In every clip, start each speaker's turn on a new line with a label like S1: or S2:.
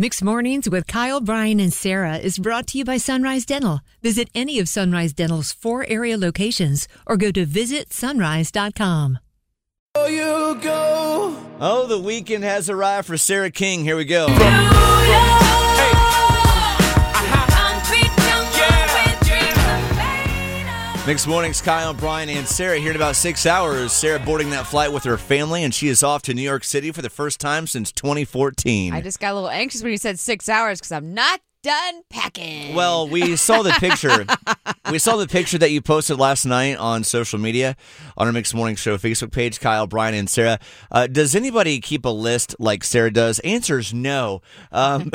S1: Mixed Mornings with Kyle, Brian, and Sarah is brought to you by Sunrise Dental. Visit any of Sunrise Dental's four area locations or go to visitsunrise.com.
S2: Oh, the weekend has arrived for Sarah King. Here we go. Next morning's Kyle, Brian, and Sarah here in about six hours. Sarah boarding that flight with her family, and she is off to New York City for the first time since 2014.
S3: I just got a little anxious when you said six hours because I'm not done packing.
S2: Well, we saw the picture. we saw the picture that you posted last night on social media on our Mixed Morning Show Facebook page, Kyle, Brian, and Sarah. Uh, does anybody keep a list like Sarah does? Answer is no. Um,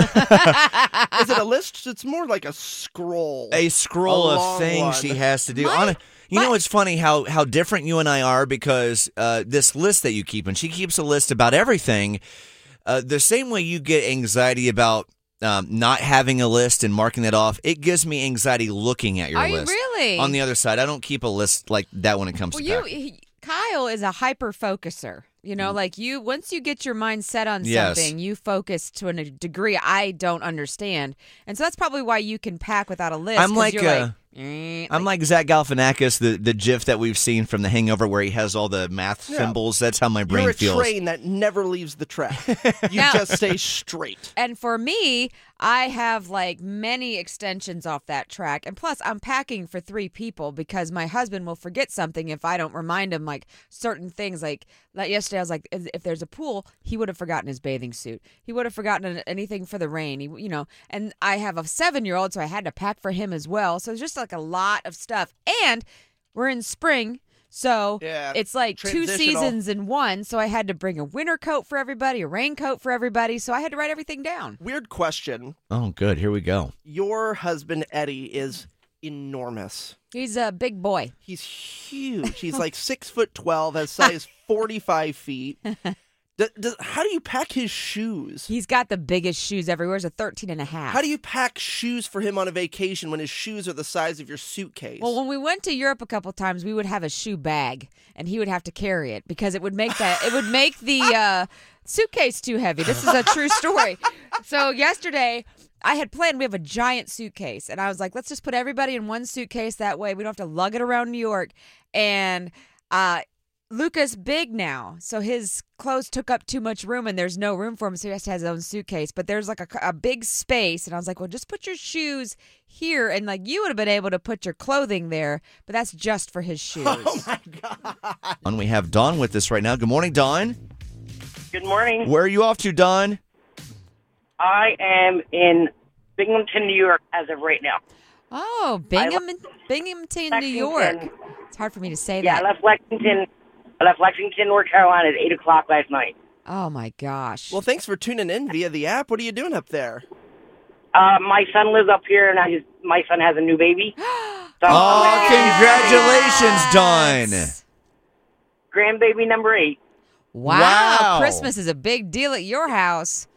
S4: Is it a list? It's more like a scroll.
S2: a scroll
S4: A
S2: of
S4: long
S2: things
S4: one.
S2: she has to do.
S3: My-
S2: Hon- you know,
S3: my-
S2: it's funny how how different you and I are because uh, this list that you keep, and she keeps a list about everything. Uh, the same way you get anxiety about um, not having a list and marking that off, it gives me anxiety looking at your
S3: Are you
S2: list.
S3: really?
S2: On the other side, I don't keep a list like that when it comes
S3: well,
S2: to
S3: you
S2: pack.
S3: he- Kyle is a hyper focuser. You
S2: Mm.
S3: know, like you once you get your mind set on
S2: Yes.
S3: something, you focus to a degree I don't understand, and so that's probably why you can pack without a list.
S2: I'm
S3: 'cause
S2: like,
S3: you're
S2: uh,
S3: "Eh,"
S2: I'm like Zach Galifianakis, the the GIF that we've seen from The Hangover, where he has all the math
S4: Yeah.
S2: symbols. That's how my brain
S4: You're a
S2: feels.
S4: train that never leaves the track. You
S3: Now-
S4: just stay straight.
S3: And for me, I have like many extensions off that track. And plus, I'm packing for three people because my husband will forget something if I don't remind him, like certain things. Like, like yesterday, I was like, if if there's a pool, he would have forgotten his bathing suit. He would have forgotten anything for the rain, he, you know. And I have a seven year old, so I had to pack for him as well. So it's just like a lot of stuff. And we're in spring. So
S4: Yeah,
S3: it's like two
S4: transitional.
S3: seasons seasons in one, so I had to bring a winter coat for everybody, a raincoat for everybody, so I had to write everything down.
S4: Weird question.
S2: Oh, good. Here we go.
S4: Your husband Eddie is enormous.
S3: He's a big boy.
S4: He's huge. He's like six foot twelve, has size forty five feet. D- d- how do you pack his shoes?
S3: He's got the biggest shoes everywhere. He's a 13 and a half.
S4: How do you pack shoes for him on a vacation when his shoes are the size of your suitcase?
S3: Well, when we went to Europe a couple times, we would have a shoe bag and he would have to carry it because it would make that it would make the uh, suitcase too heavy. This is a true story. So yesterday I had planned we have a giant suitcase and I was like, let's just put everybody in one suitcase that way we don't have to lug it around New York and uh Luca's big now, so his clothes took up too much room, and there's no room for him, so he has to have his own suitcase. But there's like a, a big space, and I was like, well, just put your shoes here, and like you would have been able to put your clothing there, but that's just for his shoes.
S5: Oh
S2: And we have Dawn with us right now. Good morning, Dawn.
S5: Good morning.
S2: Where are you off to, Don?
S5: I am in Binghamton, New York as of right now.
S3: oh, Bingham, Binghamton, New York.
S5: Lexington.
S3: It's hard for me to say
S5: Yeah, I
S3: that.
S5: left Lexington. I left Lexington, North Carolina at 8 o'clock last night.
S3: oh my gosh.
S4: well, thanks for tuning in via the app. What are you doing up there?
S5: Uh, my son lives up here, and I just, my son has a new baby. So
S2: Oh, congratulations, Don.
S3: Yes.
S5: grandbaby number eight.
S3: wow,
S2: Wow.
S3: Christmas is a big deal at your house.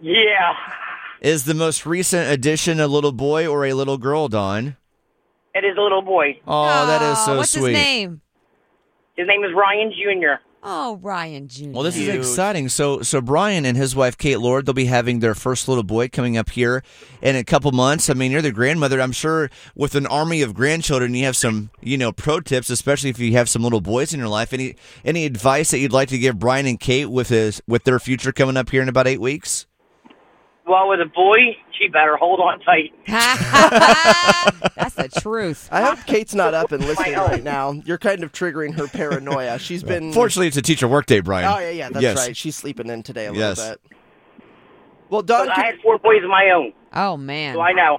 S5: Yeah,
S2: Is the most recent addition a little boy or a little girl, Don?
S5: it is a little boy.
S2: Oh, that is so
S3: what's
S2: sweet.
S3: his name?
S5: His name is Ryan Jr.
S3: Oh, Ryan Jr.
S2: Well, this is
S4: Cute.
S2: exciting. So, so Brian and his wife Kate Lord, they'll be having their first little boy coming up here in a couple months. I mean, you're the grandmother. I'm sure with an army of grandchildren, you have some, you know, pro tips, especially if you have some little boys in your life. Any any advice that you'd like to give Brian and Kate with his with their future coming up here in about eight weeks?
S5: Well, with a boy, she better hold on tight.
S3: That's the truth.
S4: I hope Kate's not up and listening
S5: own.
S4: right now. You're kind of triggering her paranoia. She's been
S2: Fortunately, it's a teacher workday, Brian.
S4: Mm. Oh yeah, yeah, that's
S2: Yes.
S4: right. She's sleeping in today a
S2: Yes.
S4: little bit. Well, Don,
S5: But I had four boys of my own,
S3: Oh man.
S5: so I know.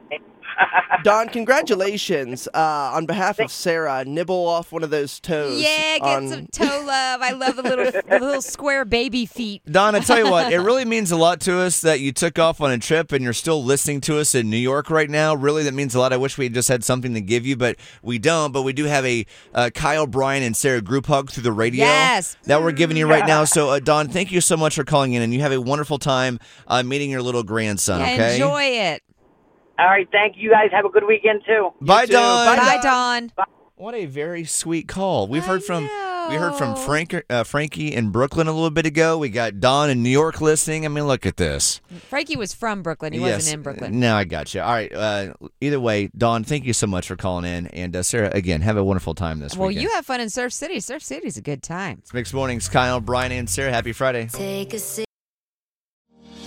S4: Don, congratulations uh, on behalf of Sarah. Nibble off one of those toes.
S3: Yeah, get
S4: on-
S3: some toe love. I love the little the little square baby feet.
S2: Don, I tell you what, it really means a lot to us that you took off on a trip and you're still listening to us in New York right now. Really, that means a lot. I wish we had just had something to give you, but we don't. But we do have a uh, Kyle, Brian, and Sarah group hug through the radio
S3: Yes. Mm-hmm.
S2: that we're giving you right now. So, uh, Don, thank you so much for calling in, and you have a wonderful time uh, meeting your little grandson. Okay,
S3: Enjoy it.
S5: All right, thank you guys. Have a good weekend too.
S2: Bye,
S4: You too.
S2: Don.
S4: Bye,
S3: Bye, Dawn.
S2: What a very sweet call. We've heard
S3: I
S2: from We heard from Frank, uh, Frankie in Brooklyn a little bit ago. We got Don in New York listening. I mean, look at this.
S3: Frankie was from Brooklyn. He
S2: Yes.
S3: wasn't in Brooklyn.
S2: No, I got you. All right. Uh, either way, Don, thank you so much for calling in. And uh, Sarah, again, have a wonderful time this
S3: Well,
S2: weekend.
S3: you have fun in Surf City. Surf City's a good time.
S2: It's Mixed Mornings, Kyle, Brian, and Sarah. Happy Friday.
S6: Take a sip.